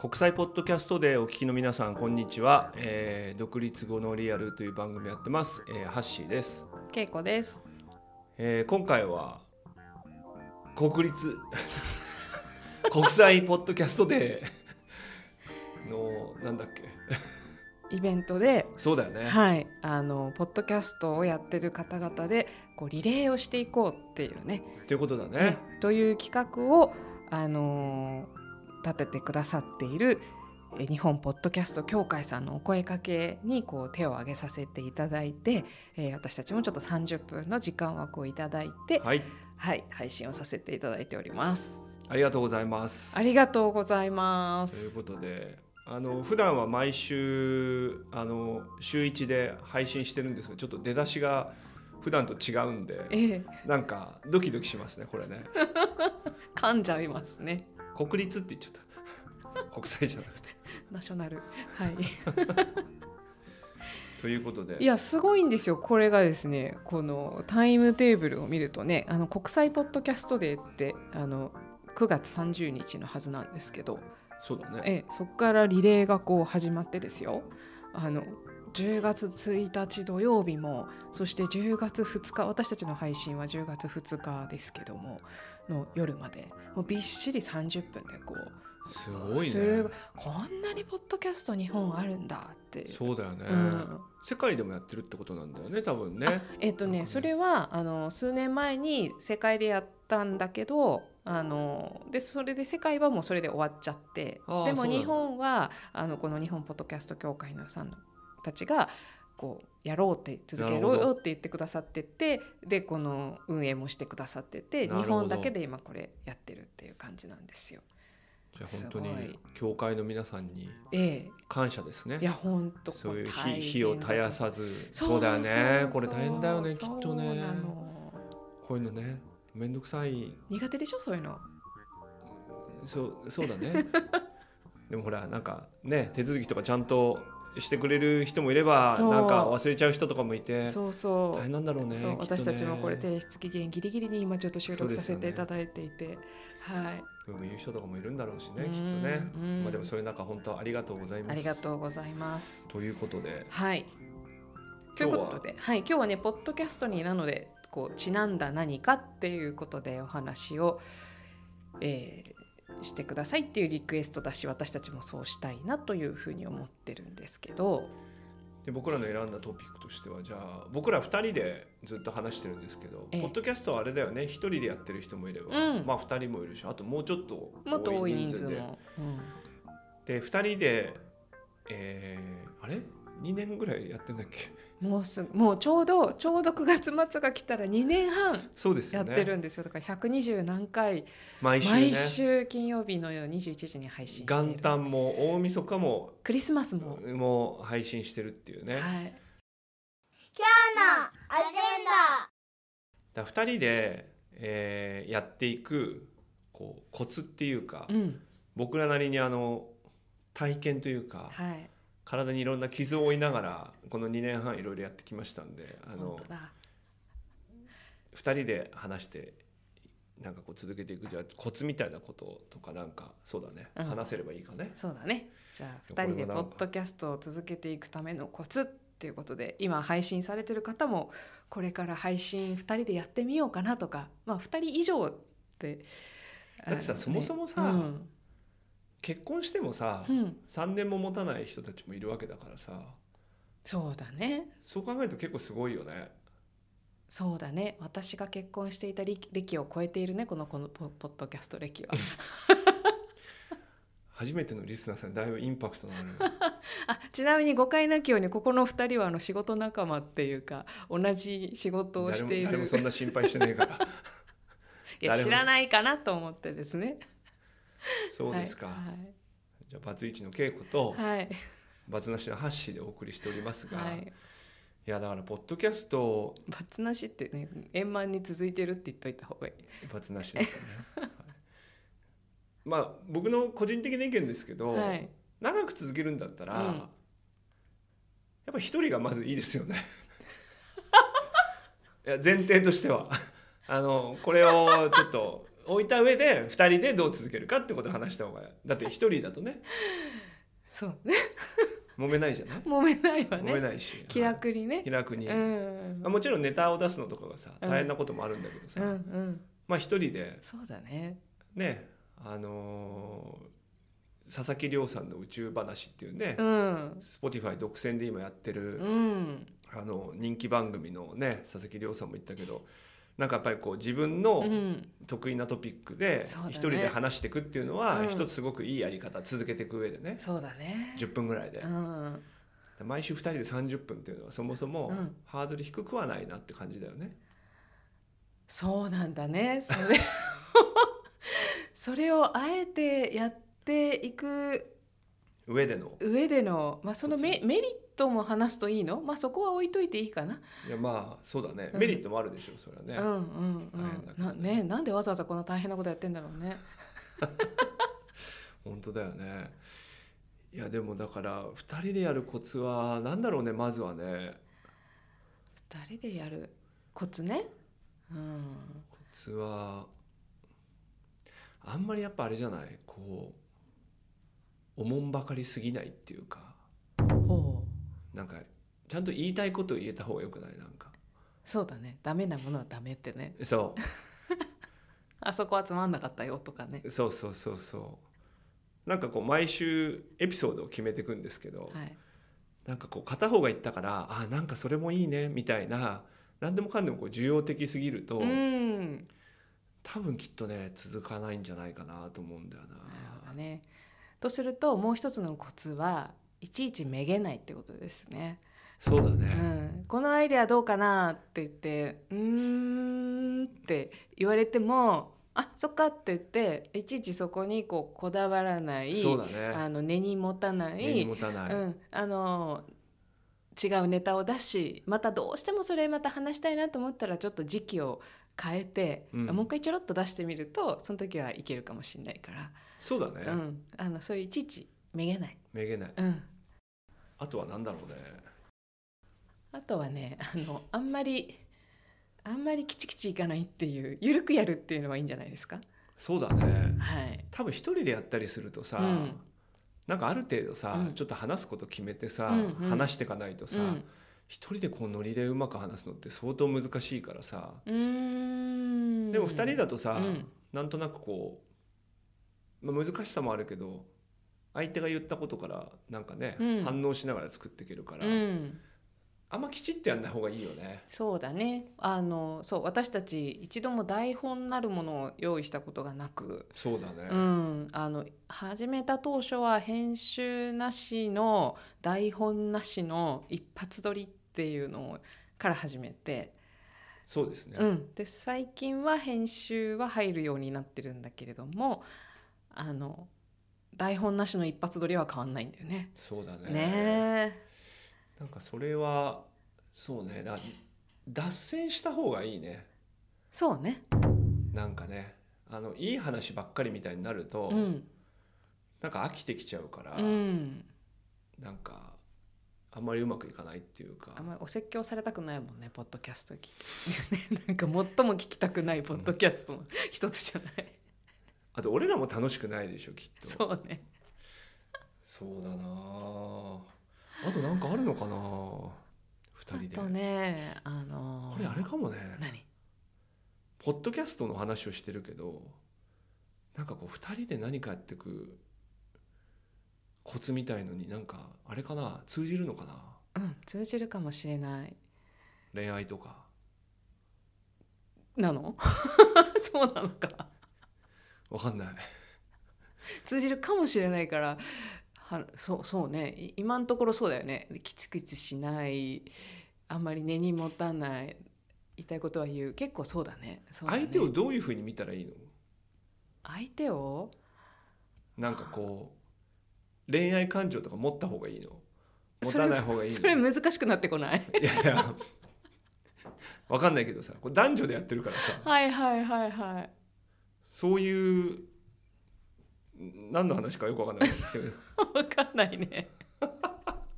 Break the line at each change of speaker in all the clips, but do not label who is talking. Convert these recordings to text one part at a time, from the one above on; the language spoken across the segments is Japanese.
国際ポッドキャストでお聞きの皆さんこんにちは、えー独立後のリアルという番組やってます、えーハッシーです、
けいこです。
えー今回は国立 国際ポッドキャストでのなんだっけ
イベントで、
そうだよね、
はい、あのポッドキャストをやってる方々で、こうリレーをしていこうっていうね、
っていうことだね
ねという企画をあのー立ててくださっている。え日本ポッドキャスト協会さんのお声かけにこう手を挙げさせていただいて、えー私たちもちょっと30分の時間枠をいただいて、はい、
はい
配信をさせていただいております。
ありがとうございます
ありがとうございま
という
す
こ。とであの普段は毎週あの週1で配信してるんですがちょっと出だしが普段と違うんで
ええ、
なんかドキドキしますねこれね
噛んじゃいますね。
国立って言っちゃった 国際じゃなくて
ナショナル。はい。
ということで
いやすごいんですよこれがですねこのタイムテーブルを見るとねあの国際ポッドキャストデーってあの9月30日のはずなんですけど、
そうだね
ええそこからリレーがこう始まってですよあの10月1日土曜日もそして10月2日私たちの配信は10月2日ですけどもの夜までもうびっしり30分でこう
すごい
す
ね
ごいこんなにポッドキャスト日本あるんだっていう。
そうだよね、
うん
世界でもやってるってことなんだよね多分
あ
ね
えっと
なんかね
ねそれはあの数年前に世界でやったんだけどあのでそれで世界はもうそれで終わっちゃって
あー
で
そう
も
なんだ
日本はあのこの日本ポッドキャスト協会のさんたちがこうやろうって続けろ
なるほ
よ
ど
って言ってくださっててでこの運営もしてくださってて
なる
日
ほど
本だけで今これやってるっていう感じなんですよ。
じゃあ本当
すご
に
い
教会の皆さんに
え
感謝ですね
え、いや本当
そういう
こ
火
大変
火を絶やさずそうだよねこれ大変だよねきっと
そう
ね
なの
こういうのねめんどくさい
苦手でしょそういうの。
そうそうだ ねでもほらなんかね手続きとかちゃんとしてくれる人もいれば
そう
なんか忘れちゃう人とかもいて
そうそう。
大変なんだろうね
そう
きっとね
私たちもこれ提出期限ギリギリに今ちょっと収録させていただいていて、はい
でも言う人とかもいるんだろうしね
うん
きっとね
うん
まあでもそういう中本当ありがとうございます
ありがとうございます
ということで
はいとい
今日
うこ
は
とではい今日はねポッドキャストになのでこうちなんだ何かっていうことでお話を、えーしてくださいっていうリクエストだし私たちもそうしたいなというふうに思ってるんですけど
で僕らの選んだトピックとしてはじゃあ僕ら2人でずっと話してるんですけど、
ええ
ポッドキャストはあれだよね1人でやってる人もいれば、
うん
まあ2人もいるしあともうちょっと
もっと多い人
で
数も、うん
で2人で、えーあれ2年ぐらいやってんだっけ
もうすぐもうちょうどちょうど9月末が来たら2年半
そうです
や
よ
っ
ね
てるんですよだから120何回
毎週ね
毎週金曜日の夜21時に配信している
元旦も大晦日も
クリスマスも、
もう配信してるっていうね、
はい、
Ana, agenda.
だ2人で、えーやっていくこうコツっていうか、
うん
僕らなりにあの体験というか、
はい、
体にいろんな傷を負いながらこの2年半いろいろやってきましたんであ
本
の
当だ
2人で話してなんかこう続けていくじゃあコツみたいなこととかなんかそうだね、
うん
話せればいいかね。
そうだねじゃあ
これ
2
も
人でポッドキャストを続けていくためのコツっていうことで今配信されてる方もこれから配信2人でやってみようかなとか、まあ、2人以上って
だってさ
あのね
そもそもさ
うん
結婚してもさ、
うん
3年も持たない人たちもいるわけだからさ
そうだね
そう考えると結構すごいよね。
そうだね私が結婚していた歴歴を超えているねこのこのポポッドキャスト歴は
初めてのリスナーさんにだいぶインパクトの ある
あちなみに誤解なきようにここの2人はあの仕事仲間っていうか同じ仕事を
誰
し
も
てい
誰
る
もそん
い
な心配してないから
や
誰も
知ら ないかなと思ってですね。
そうですか、
はい
じゃあバツイチの稽古と、
はい
バツなしのハッシーでお送りしておりますが、、
はいい。
やだからポッドキャスト
バツなしってね円満に続いてるって言っといた方がいい。
一発なしです よね。はいまあ僕の個人的な意見ですけど、
はい。
長く続けるんだったら、
うん
や っぱ一人がまずいいですよね。いいや前提としては あのこれをちょっと置いた上で2人でどう続けるかってことを話した方がだって1人だとね
そう ね
揉めないじゃない、
揉めないわ
揉め
ね
ないし
気楽にね
気楽に、
うん
まあもちろんネタを出すのとかがさ
うん
大変なこともあるんだけどさ、
うんうん
まあ一人で
そうだね
ねあのー佐々木亮さんの宇宙話っていうね、
うん、
Spotify 独占で今やってる、
うん、
あの人気番組のね佐々木亮さんも言ったけどなんかやっぱりこう自分の
うん
得意なトピックで
そうだね
一人で話していくっていうのは
うん
一つすごくいいやり方続けていく上でね
そうだね
10分ぐらいで
うん
毎週2人で30分っていうのはそもそも
うん
ハードル低くはないなって感じだよね。
そうなんだねそ れそれをあえてやっていく
上での
上での、まあ、そのメ
そ
メリットも話すといいの、まあ、そこは置いといていいかな、
いやまあそうだね
うん
メリットもあるでしょうそれはね。
うんうんう
大変だ
ん
けど
な,、
ね
ね、なんでわざわざこんな大変なことやってんだろうね
本当だよねいやでもだから2人でやるコツは何だろうねまずはね
2人でやるコツねうん
コツはあんまりやっぱあれじゃないこうおもんばかりすぎないっていうか
ほう
なんかちゃんと言いたいことを言えた方がよくないなんか
そうだねダメなものはダメってね
そ
あそこはつまんなかったよとかね
うそうそうそうそうなんかこう毎週エピソードを決めていくんですけど、
はい
なんかこう片方が言ったからあなんかそれもいいねみたいな何でもかんでもこう需要的すぎると、
うん
多分きっとね続かないんじゃないかなと思うんだよな。
なるほどね。とするともう一つのコツはいちいちめげないってことですね。
そうだ
う
ね、
ん、このアイデアどうかなって言って「うーん」って言われても「あそっか」って言っていちいちそこにこうこだわらない、
そうだね
あの根に持たない、
根に持たない、
うん、あの違うネタを出しまたどうしてもそれまた話したいなと思ったらちょっと時期を変えて、
うん
もう一回ちょろっと出してみるとその時はいけるかもしれないから。
そうだね、
うん、あのそういういちいちめげない、
めげない
うん、
あとは何だろうね
あとはねあのあんまりあんまりきちきちいかないっていうゆるくやるっていうのはいいんじゃないですか
そうだね
はい
多分一人でやったりするとさ、
うん
なんかある程度さ、
うん
ちょっと話すこと決めてさ、
うんうん
話していかないとさ、
うん
一人でこうノリでうまく話すのって相当難しいからさ
うーん
でも二人だ
と
とさ、なんとなくこう、まあ、難しさもあるけど相手が言ったことからなんかね、
うん
反応しながら作っていけるから、
うん、
あんまきちってやんない方がいいよね。
そうだねあのそう私たち一度も台本なるものを用意したことがなく、
そうだね、
うん、あの始めた当初は編集なしの台本なしの一発撮りっていうのから始めて
そうですね、
うん、で最近は編集は入るようになってるんだけれどもあの台本なしの一発撮りは変わんないんだよね。
そうだね
ね
なんかそれはそうねな脱線した方がいいね
えそうね、
なんかねあのいい話ばっかりみたいになると、
うん
なんか飽きてきちゃうから、
うん、
なんかあんまりうまくいかないっていうか
あんまりお説教されたくないもんねポッドキャスト聞き なんか最も聞きたくないポッドキャストの一つじゃない
あと俺らも楽しくないでしょきっと
そうね
そうだなああとなんかあるのかな2
あ
人
と
で、
ねあのー
これあれかもね
何
ポッドキャストの話をしてるけどなんかこう2人で何かやってくコツみたいのになんかあれかな通じるのかな
うん通じるかもしれない
恋愛とか
なの そうなのか
わかんない
通じるかもしれないからはそうそうねい今のところそうだよねキツキツしないあんまり根に持たない言いたいことは言う結構そうだねそうだね
相手をどういうふうに見たらいいの
相手を
なんかこう恋愛感情とか持った方がいいの持
それ
たない方がいいの
それ難しくなってこない
いやいやわかんないけどさこれ男女でやってるからさ
はいはいはいはい
そういうん何の話かよくわかんないですけど
分かんない ねあ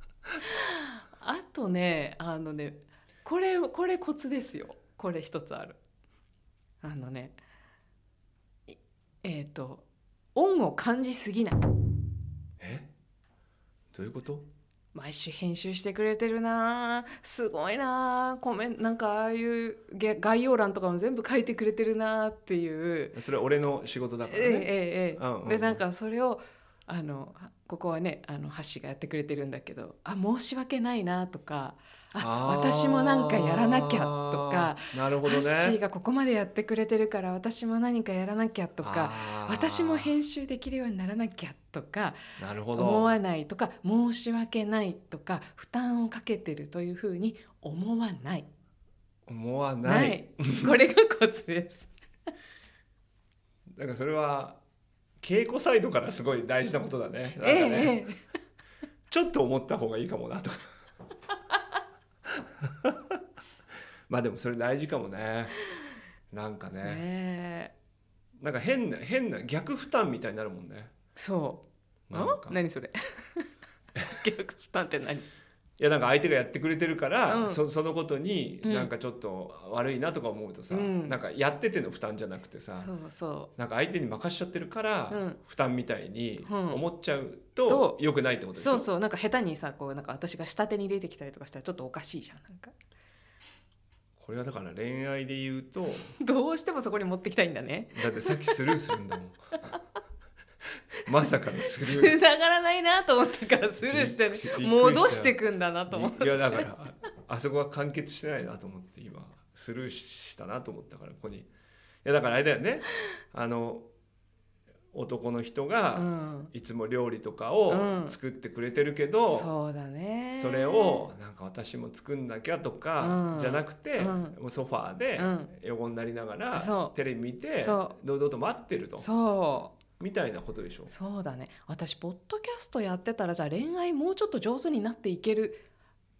とねあのねこれこれコツですよこれ一つあるあのねいえっ、と恩を感じすぎない
えどういうこと
毎週編集してくれてるなあすごいなあコメンなんかああいうげ概要欄とかも全部書いてくれてるなあっていう
それは俺の仕事だから
ええ
ね、
えええ
うん
え
うんうん
でなんかそれをあのあここはねあの橋がやってくれてるんだけどあ申し訳ないなとか
あ
あ
ー
私もなんかやらなきゃとか
なる
ハ
ほどね
ッシーがここまでやってくれてるから私も何かやらなきゃとか
あー
私も編集できるようにならなきゃとか
なるほど
思わないとか申し訳ないとか負担をかけてるというふうに思わない
思わない
ないこれがコツです。
なんかそれは稽古サイドからすごい大事なことだね なんか
ええ
ね、
ええ
ちょっと思った方がいいかもな とかまあでもそれ大事かもねなんかね
ねえ
なんか変な変な逆負担みたいになるもんね
そう
なん
ん
かい
何それ 逆負担って何
やなんか相手がやってくれてるから、
うん
そそのことに
うん
なんかちょっと悪いなとか思うとさ、
うん
なんかやってての負担じゃなくてさ、
そうそ
なんか相手に任しちゃってるから、
うん
負担みたいに
うん
思っちゃう
と
と良くないってこ
う
とでしょ
そうそうなんか下手にさこうなんか私が下手に出てきたりとかしたらちょっとおかしいじゃんなんか
これはだから恋愛で言うと
どうしてもそこに持ってきたいんだね
だってさっきスルーするんだもん まさかのスルー
繋がらないなと思ったからスルーして
びっくりした
戻してくんだなと思って
いやだからあそこは完結してないなと思って今スルーしたなと思ったからここにいやだからあれだよねあの男の人
う
が
ん
いつも料理とか
う
を
ん
作ってくれてるけど、
そうだね
それをなんか私も作んなきゃとか
うん
じゃなくて、
うん
もうソファーで
うん
横になりなが
そ
ら
う
テレビ見て
そ
堂々と待ってると
そう
みたいなことでしょ
そうだね私ポッドキャストやってたらじゃあ恋愛もうちょっと上手になっていける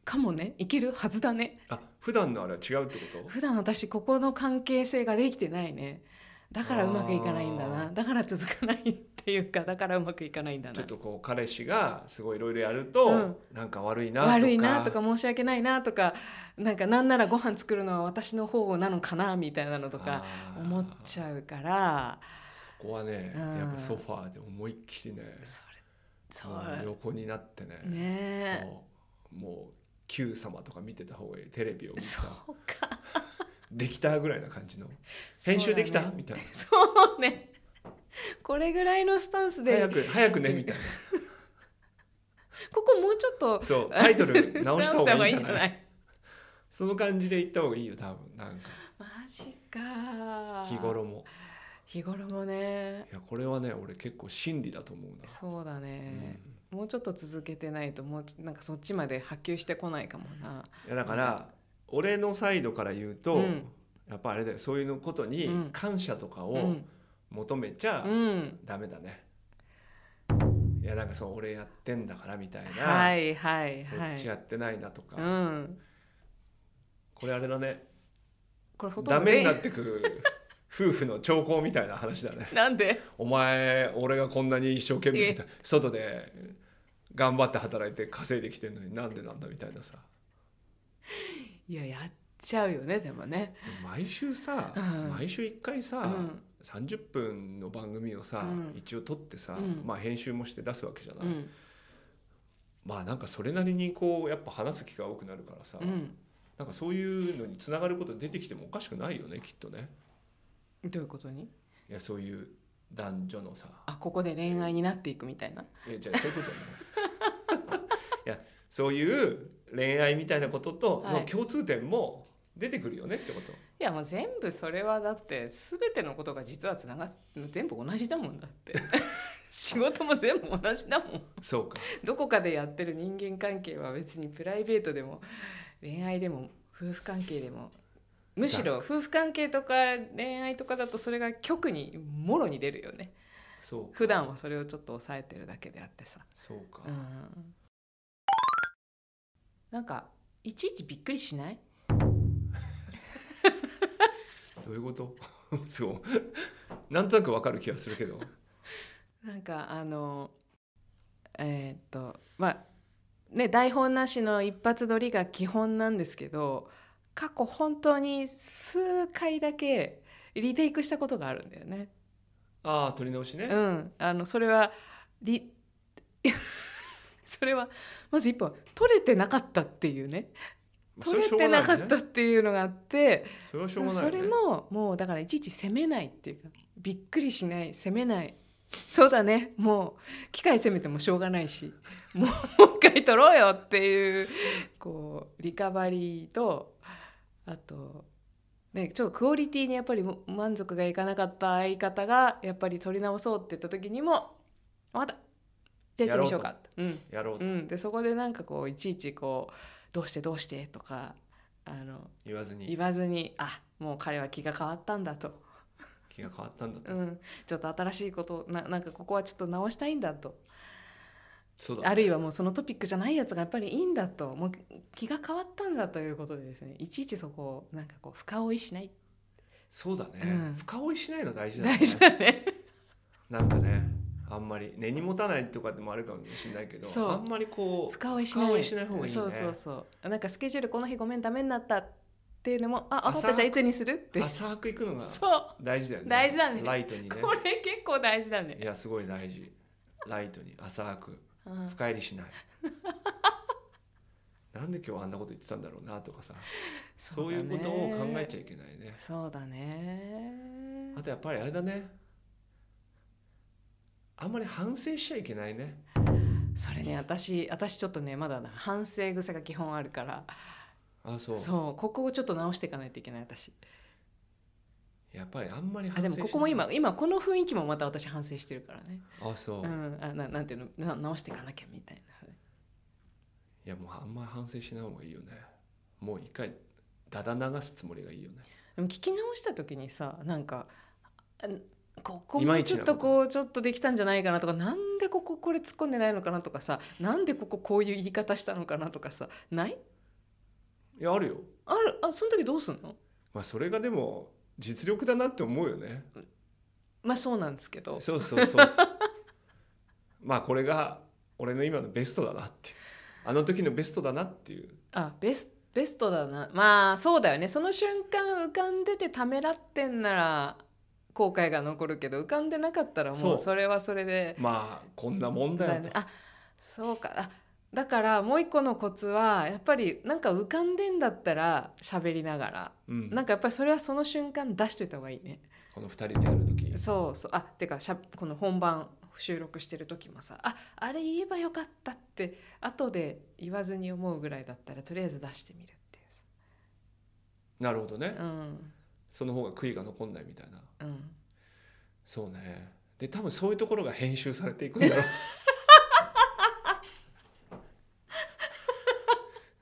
かもねいけるはずだね
あ普段のあれは違うってこと
普段私ここの関係性ができてないねだからうまくいかないんだ
あ
な
ー
だから続かないっていうかだからうまくいかないんだ
ちょ
な
っとこう彼氏がすごいいろいろやると、
うん
なんか悪いなとか
悪いなとか申し訳ないなとかなんかなんならご飯作るのは私の方なのかなみたいなのとか
あー
思っちゃうから
そこはね、
うん
やっぱソファーで思いっきりね
それ
もう
そ
横になってね
うね
そうもう「Q 様」とか見てた方がいいテレビを見て
えそう
さ
か
できたぐらいな感じの編集できた、
そうだね
みたいな
そうねこれぐらいのスタンス
早
で
く早くねみたいな
ここもうちょっと
そうタイトル直した方がいいんじゃない
直した方がいいんじゃない
その感じで行った方がいいよ多分なんか
マジか
日頃も
日頃もね
いやこれはね俺結構真理だと思うな
そうだ
う
ね、
ん
もうちょっと続けてないともうちょなんかそっちまで波及してこないかもない
やだから俺のサイドから言うと、
うん
やっぱあれだよそういうのことに
うん
感謝とか
う
を
ん、
求めちゃ
うん、
ダメだね、いやなんかそう俺やってんだからみたいな、
はいはい
そ
は
っち
い
やってないなとか、
うん
これあれだね
これほと
ダ
んど
メに
恋
なってく 夫婦の兆候みたいな話だね
なんで
お前俺がこんなに一生懸命みたい外で頑張って働いて稼いできてんのになんでなんだみたいなさ
いややっちゃうよねでもね
毎週さ、
うん
毎週一回さ、
うん
30分の番組をさ、
うん
一応撮ってさ、
うん
まあ、編集もして出すわけじゃな
う
い、
ん
まあなんかそれなりにこうやっぱ話す機会が多くなるからさ、
うん
なんかそういうのにつながること出てきてもおかしくないよねきっとね
どういうことに
いやそういう男女のさ
あここで恋愛になっていくみたいない
やじゃあそういうことじゃない いやそういう恋愛みたいなこととの
はい
共通点も出てくるよねってこと、
いやもう全部それはだって全てのことが実はつながって全部同じだもんだって 仕事も全部同じだもん
そうか
どこかでやってる人間関係は別にプライベートでも恋愛でも夫婦関係でもむしろ夫婦関係とか恋愛とかだとそれが極にもろに出るよね
そうか
普段はそれをちょっと抑えてるだけであってさ、
そうか、
うん、なんかいちいちびっくりしない
どういうこと そうなんとなくわかる気がするけど
なんかあのえーっとまあね台本なしの一発撮りが基本なんですけど過去本当に数回だけリテイクしたことがあるんだよね。
ああ撮り直しね、
うん、あのそれはリ それはまず一本取れてなかったっていうね取れてなかったっていうのがあって
それはし
そ,、
ょうがないよね、
れももうだからいちいち責めないっていうかびっくりしない責めないそうだねもう機械責めてもしょうがないし もうもう一回取ろうよっていうこうリカバリーとあと。ね、ちょっとクオリティにやっぱりも満足がいかなかった相方がやっぱり取り直そうって言った時にも「分かったじゃあ一緒にしようか」うん
やろう
う
と
ん、でそこでなんかこういちいちこう「どうしてどうして」とかあの
言わずに
言わずに「あもう彼は気が変わったんだ」と
気が変わったんだ
「
と、
うん、ちょっと新しいことななんかここはちょっと直したいんだ」と
そうだ
あるいはもうそのトピックじゃないやつがやっぱりいいんだともう気が変わったんだということでですねいちいちそこをなんかこう深追いしない
そうだね、
うん
深追いしないの大事だね
大事だね。
なんかねあんまり根に持たないとかでもあるかもしれないけど
そう
あんまりこう
深追いしない
深追いしない方がいいね
そうそうそうなんかスケジュールこの日ごめんダメになったっていうのも「あ分かっ
朝
たじゃあいつにする?」って
浅くいくのが
そう
大事だよね
大事だね
ライトにね
これ結構大事だね
い。やすごい大事ライトに浅く
うん
深入り しないなんで今日あんなこと言ってたんだろうなとかさそう,、いうことを考えちゃいけないね
そうだね
あとやっぱりあれだねあんまり反省しちゃいけないね
それね私私ちょっとねまだな反省癖が基本あるから
あそう
そうここをちょっと直していかないといけない私
やっぱりあんまり
あ
反省
でも
しない
ここも今今この雰囲気もまた私反省してるからね
あそう、
う
い
んあななんていうのな直していかなきゃみたい
やもうあんまり反省しない方がいいよねもう一回だだ流すつもりがいいよね
なでも聞き直した時にさなんかあここ
いま
も
いち
ちょ
な
っ
こと
とこうちょっとできたんじゃないかなとかなんでこここれ突っ込んでないのかなとかさなんでこここういう言い方したのかなとかさない
いやあるよ
あるあその時どうすんの
まあそれがでも実力だなって思うよね
まあそうなんですけど
そうそうそうそう まあこれが俺の今のベストだなっていうあの時のベストだなっていう
あベスベストだなまあそうだよねその瞬間浮かんでてためらってんなら後悔が残るけど浮かんでなかったら
そ
も
う
うそれはそれで
まあこんなもんだよと、
あそうかあだからもう一個のコツはやっぱりなんか浮かんでんだったら喋りながら、
うん、
なんかやっぱりそれはその瞬間出しといた方がいいね
この2人でやる時
そうそうあてかしゃこの本番収録してる時もさああれ言えばよかったって後で言わずに思うぐらいだったらとりあえず出してみるっていうさ
なるほどね、
うん
その方が悔いが残んないみたいな
うん
そうねで多分そういうところが編集されていくんだろ う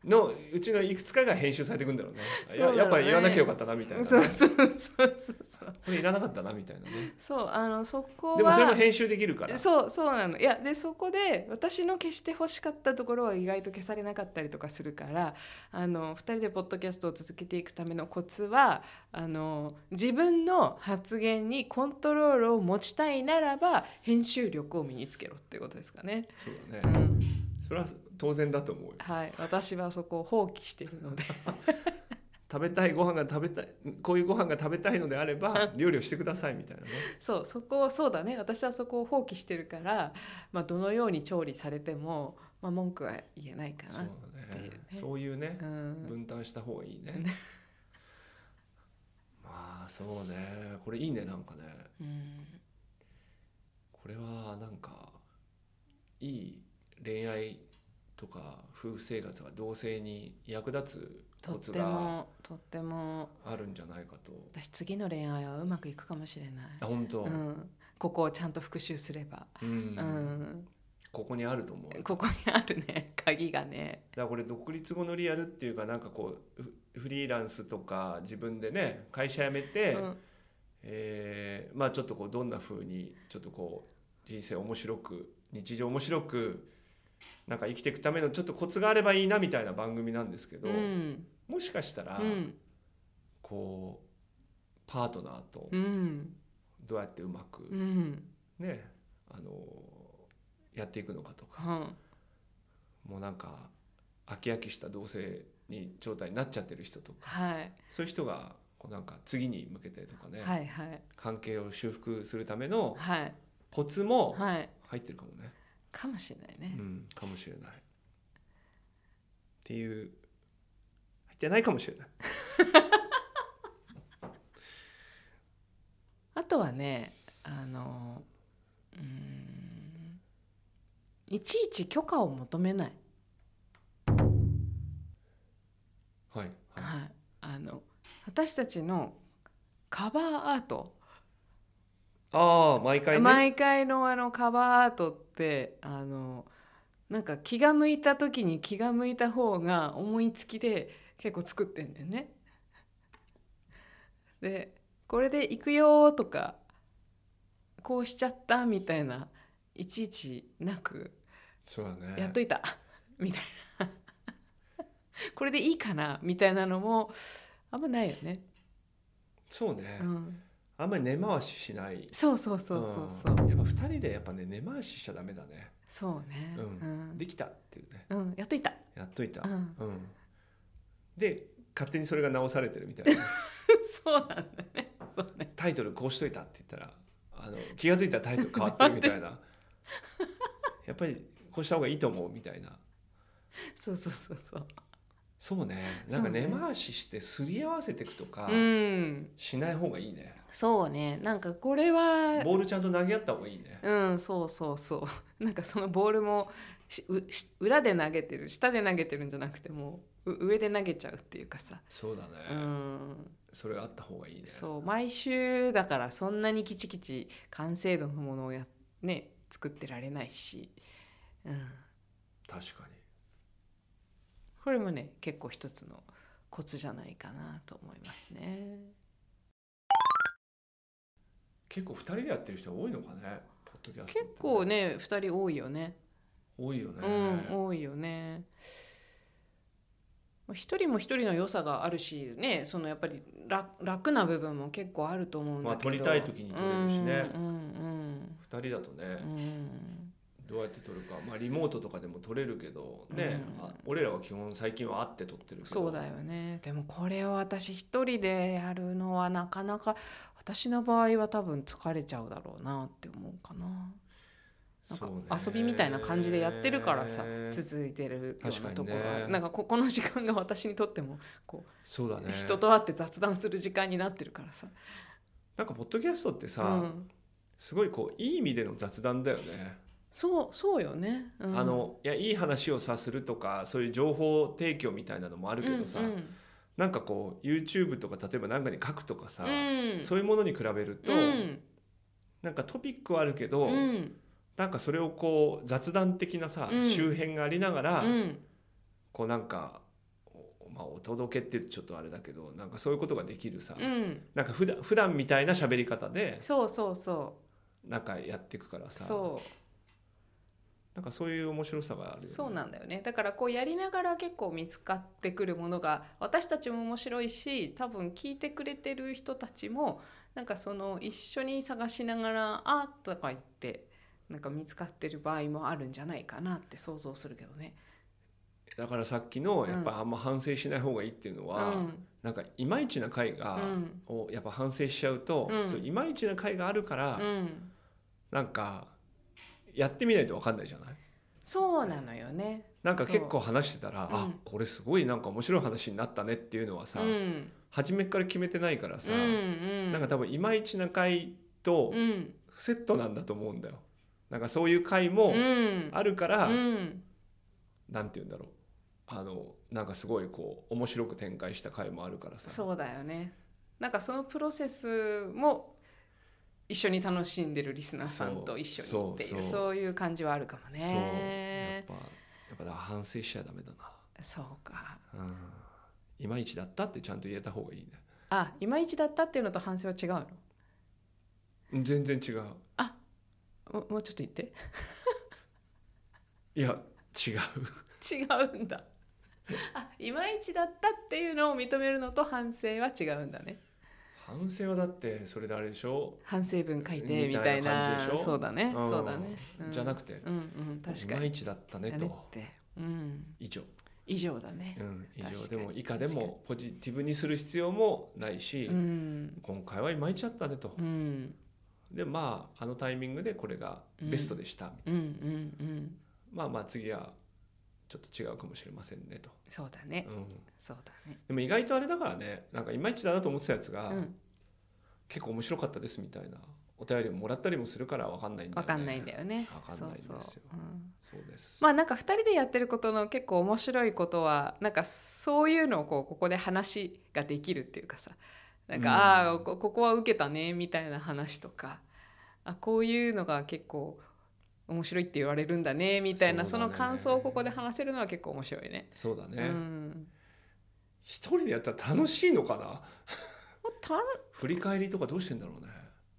のうちのいくつかが編集されていくんだろうね
そうだ
や
ろうね
やっぱり言わなきゃよかったなみたいなね、
そうそうそうそうそう
これいらなかったなみたいなね
そうあのそこは
でもそれも編集できるから
そうそうなのいやでそこで私の消して欲しかったところは意外と消されなかったりとかするからあの2人でポッドキャストを続けていくためのコツはあの自分の発言にコントロールを持ちたいならば編集力を身につけろっていうことですかね。
そうだね
うん
それは当然だと思うよ
はい、私はそこを放棄しているので
食べたいご飯が食べたいこういうご飯が食べたいのであれば料理をしてくださいみたい なね
そうそこをそうだね私はそこを放棄してるから、まあ、どのように調理されても、まあ、文句は言えないか
そう
な。
だ
ってい
ね
うね
そういうね
うん
分担した方がいい ねまあそうねこれいいねなんかね
うん
これはなんかいい恋愛とか夫婦生活が同性に役立つ
と
コ
っ
ツ
て
が
もとっても
あるんじゃないかと
私次の恋愛はうまくいくかもしれない
あ、本当、
うん、ここをちゃんと復習すれば、
うん
うん
ここにあると思う
ここにあるね 鍵がね
だからこれ独立後のリアルっていうかなんかこうフフリーランスとか自分でね会社辞めて、
うん
えーまあちょっとこうどんな風にちょっとこう人生面白く日常面白くなんか生きていくためのちょっとコツがあればいいなみたいな番組なんですけど、
うん
もしかしたら
うん
こうパートナーと
うん
どうやってうまく
うんうん
ね、あのやっていくのかとか、もうなんか飽き飽きした同性に状態になっちゃってる人とか
はい
そういう人がこうなんか次に向けてとかね、
はいはい
関係を修復するための
はい
コツも
はい
入ってるかもね、
かもしれないね、
うん、かもしれない。っていう入ってないかもしれない。
あとはねあのうーんいちいち許可を求めない、
はい、はい、
はい、あの私たちのカバーアート、
ああ毎回ね。
毎回のあのカバーアートってあのなんか気が向いた時に気が向いた方が思いつきで結構作ってんだよね。でこれで行くよーとかこうしちゃったみたいないちいちなく
そうだね。
やっといた みたいなこれでいいかなみたいなのもあんまないよね、
そうね、
うん、
あんまり根回ししない。
そうそうそうそうそう、
んやっぱ二人でやっぱね根回ししちゃダメだね。
そうね
う
うんん、
できたっていうね。
うん、やっといた
やっといた。
うん
うんで勝手にそれが直されてるみたいな。
そうなんだね。そうね。
タイトルこうしといたって言ったらあの気が付いたらタイトル変わってるみたいな。 やっぱりこうした方がいいと思うみたいな。
そうそうそうそう。
そうね。なんか
そうね
根回ししてすり合わせていくとか
うん。
しない方がいいね。
そうね。なんかこれは、
ボールちゃんと投げ合った方がいいね。
うん、そうそうそう。なんかそのボールもしうし裏で投げてる、下で投げてるんじゃなくてもうう上で投げちゃうっていうかさ。
そうだね。
うん。
それあった方がいいね。
そう毎週だからそんなにきちきち完成度のものをやね作ってられないし、うん、
確かに。
これもね結構一つのコツじゃないかなと思いますね。
結構二人でやってる人が多いのかね。ポッドキャストって
結構。ね2人多いよね。
多いよね。
うん、多いよね。まあ一人も一人の良さがあるしねそのやっぱり楽楽な部分も結構あると思うんだけ
ま
ど、
あ撮りたい時に撮れるしね
うんうん
二人だとね、
うんうん
どうやって撮るか、まあリモートとかでも撮れるけど、ね、
うん
あ俺らは基本最近は会って撮ってるけど。
そうだよねでもこれを私一人でやるのはなかなか私の場合は多分疲れちゃうだろうなって思うかななんか
そうね
遊びみたいな感じでやってるからさ、続いてるようなところは
確
あ
かに
る
ね
なんかここの時間が私にとっても
そうだね。
人と会って雑談する時間になってるからさ。
なんかポッドキャストってさ、
うん、
すごいこういい意味での雑談だよね。
そうそうよね。うん
あのいやいい話をさするとかそういう情報提供みたいなのもあるけどさ、
うんうん
なんかこう YouTube とか例えば何かに書くとかさ、
うん
そういうものに比べると、
うん
なんかトピックはあるけど、
うん
なんかそれをこう雑談的なさ、
うん
周辺がありながら、
うん
こうなんかお,、まあ、お届けってちょっとあれだけどなんかそういうことができるさ、
うん
なんか普段普段みたいな喋り方で
そうそうそ
なんかやっていくから
う
さ
そう
なんかそういう面白さがあるよね。
そうなんだよねだからこうやりながら結構見つかってくるものが私たちも面白いし多分聞いてくれてる人たちもなんかその一緒に探しながら「あ」とか言ってなんか見つかってる場合もあるんじゃないかなって想像するけどね。
だからさっきのやっぱあんま反省しない方がいいっていうの
う
は、
ん
なんかいまいちな回が、
うん
をやっぱ反省しちゃうと、
うん
そういういまいちな回があるから、
うん
なんかやってみないと分かんないじゃない
そうなのよね。
なんか結構話してたら、
そうう
あ
ん
これすごいなんか面白い話になったねっていうのはさ、
うん、
初めから決めてないからさ、
うんうん、
なんか多分いまいちな回と
うん、
セットなんだと思うんだよ。なんかそういう回も
うん、
あるから、
うん、
なんて言うんだろうあのなんかすごいこう面白く展開した回もあるからさ
そうだよね。なんかそのプロセスも一緒に楽しんでるリスナーさんと一緒にっていう
そ
そう
そ
う
う
いう感じはあるかも
そうやっ
ね。
ぱやっぱだから反省しちゃダメだ
そうか。
な、うん、いまいちだったってちゃんと言えた方がいいね
あ、いまいちだったっていうのと反省は違うの。
うん全然違う
ももうちょっと言って。
いや違う
違う んだ。あ、いまいちだったっていうのを認めるのと反省は違うんだね。
反省はだってそれであれでしょ、
反省文書いて
み
み
た
た
い
い
な感
な
じでしょ
そうだね、
うん
そうだね、うん
じゃなくて
うんうん確
い
か
ま
に
いちだったね
だ
と
ねってうん
以上
以上だね
う。ん、以上
確か
で
に
も以下で
確か
もポジティブにする必要もないし、
うん、
今回はいまいちゃったねと
う、ん、
でまああのタイミングでこれがベストでした、
うん、うん、うん、
まあまあ次はちょっと違うかもしれませんねと、
そうだね
う、ん、
そうだね。
でも意外とあれだからねなんかいまいちだなと思ってたやつが、
うん、
結構面白かったですみたいなお便りももらったりもするから分かんないんだよね
わかんないんだよね。
わかんないんですよ
そうそううん
そうです、
まあなんか2人でやってることの結構面白いことはなんかそういうのをこうここで話ができるっていうかさなんか、
うん
ああこここは受けたねみたいな話とかあこういうのが結構面白いって言われるんだねみたいなそ,、
そうだ
の
ね
感想をここで話せるのは結構面白いね。
そうだ
う
ね
ん、
一、人でやったら楽しいのかな
もうた
振り返りとかどうしてんだろうね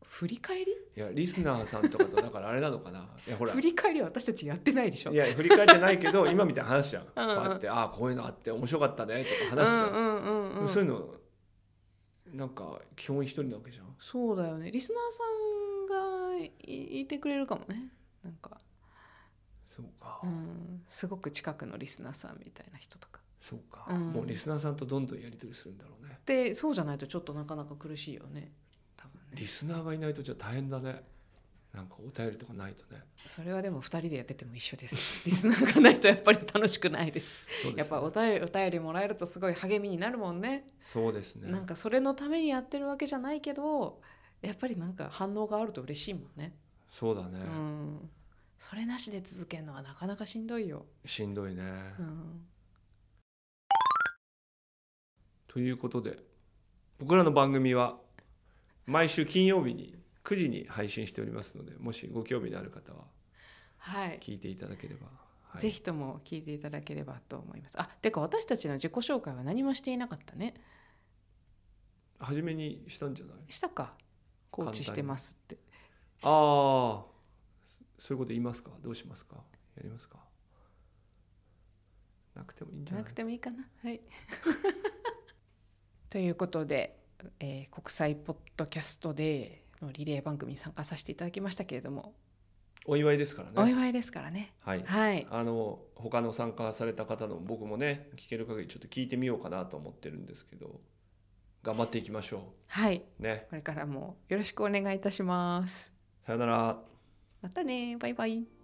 振り返り
いやリスナーさんとかとだからあれなのかないやほら
振り返りは私たちやってないでしょ。
いや振り返ってないけど今みたいな話じゃんこう
うんうん
やってああこういうのあって面白かったねとか
う
話すじゃん
ん、うんうん
で
う
も
ん、
そういうのなんか基本一人なわけじゃん
そうだよねリスナーさんがいいてくれるかもねなんか
そうか、
うんすごく近くのリスナーさんみたいな人とか
そうか、
うん
もうリスナーさんとどんどんやり取りするんだろうね
でそうじゃないとちょっとなかなか苦しいよね多分ね
リスナーがいないとじゃあ大変だねなんかお便りとかないとね
それはでも2人でやってても一緒です リスナーがないとやっぱり楽しくないです
そうで
やっ
すね
ぱお便りお便りもらえるとすごい励みになるもんね
そうですね
なんかそれのためにやってるわけじゃないけどやっぱりなんか反応があると嬉しいもんね、
そうだね、
うんそれなしで続けるのはなかなかしんどいよ、
しんどいね、
うん、
ということで僕らの番組は毎週金曜日に9時に配信しておりますのでもしご興味のある方は
はい
聞いていただければ、はい、
ぜひとも聞いていただければと思います。あ、てか私たちの自己紹介は何もしていなかったね。
初めにしたんじゃない
したか。コーチしてますって。
ああそういうこと言いますかどうしますかやりますかなくてもいいんじゃな
ないくてもいいかな。はい。 ということで、えー国際ポッドキャストデーのリレー番組に参加させていただきましたけれども、
お祝いですから
お
ね
祝いですからね。
はい
はい。
あの他の参加された方の僕もね聞ける限りちょっと聞いてみようかなと思ってるんですけど頑張っていきましょ
はい。
うね
これからもよろしくお願いいたします。
さよなら
またね。バイバイ。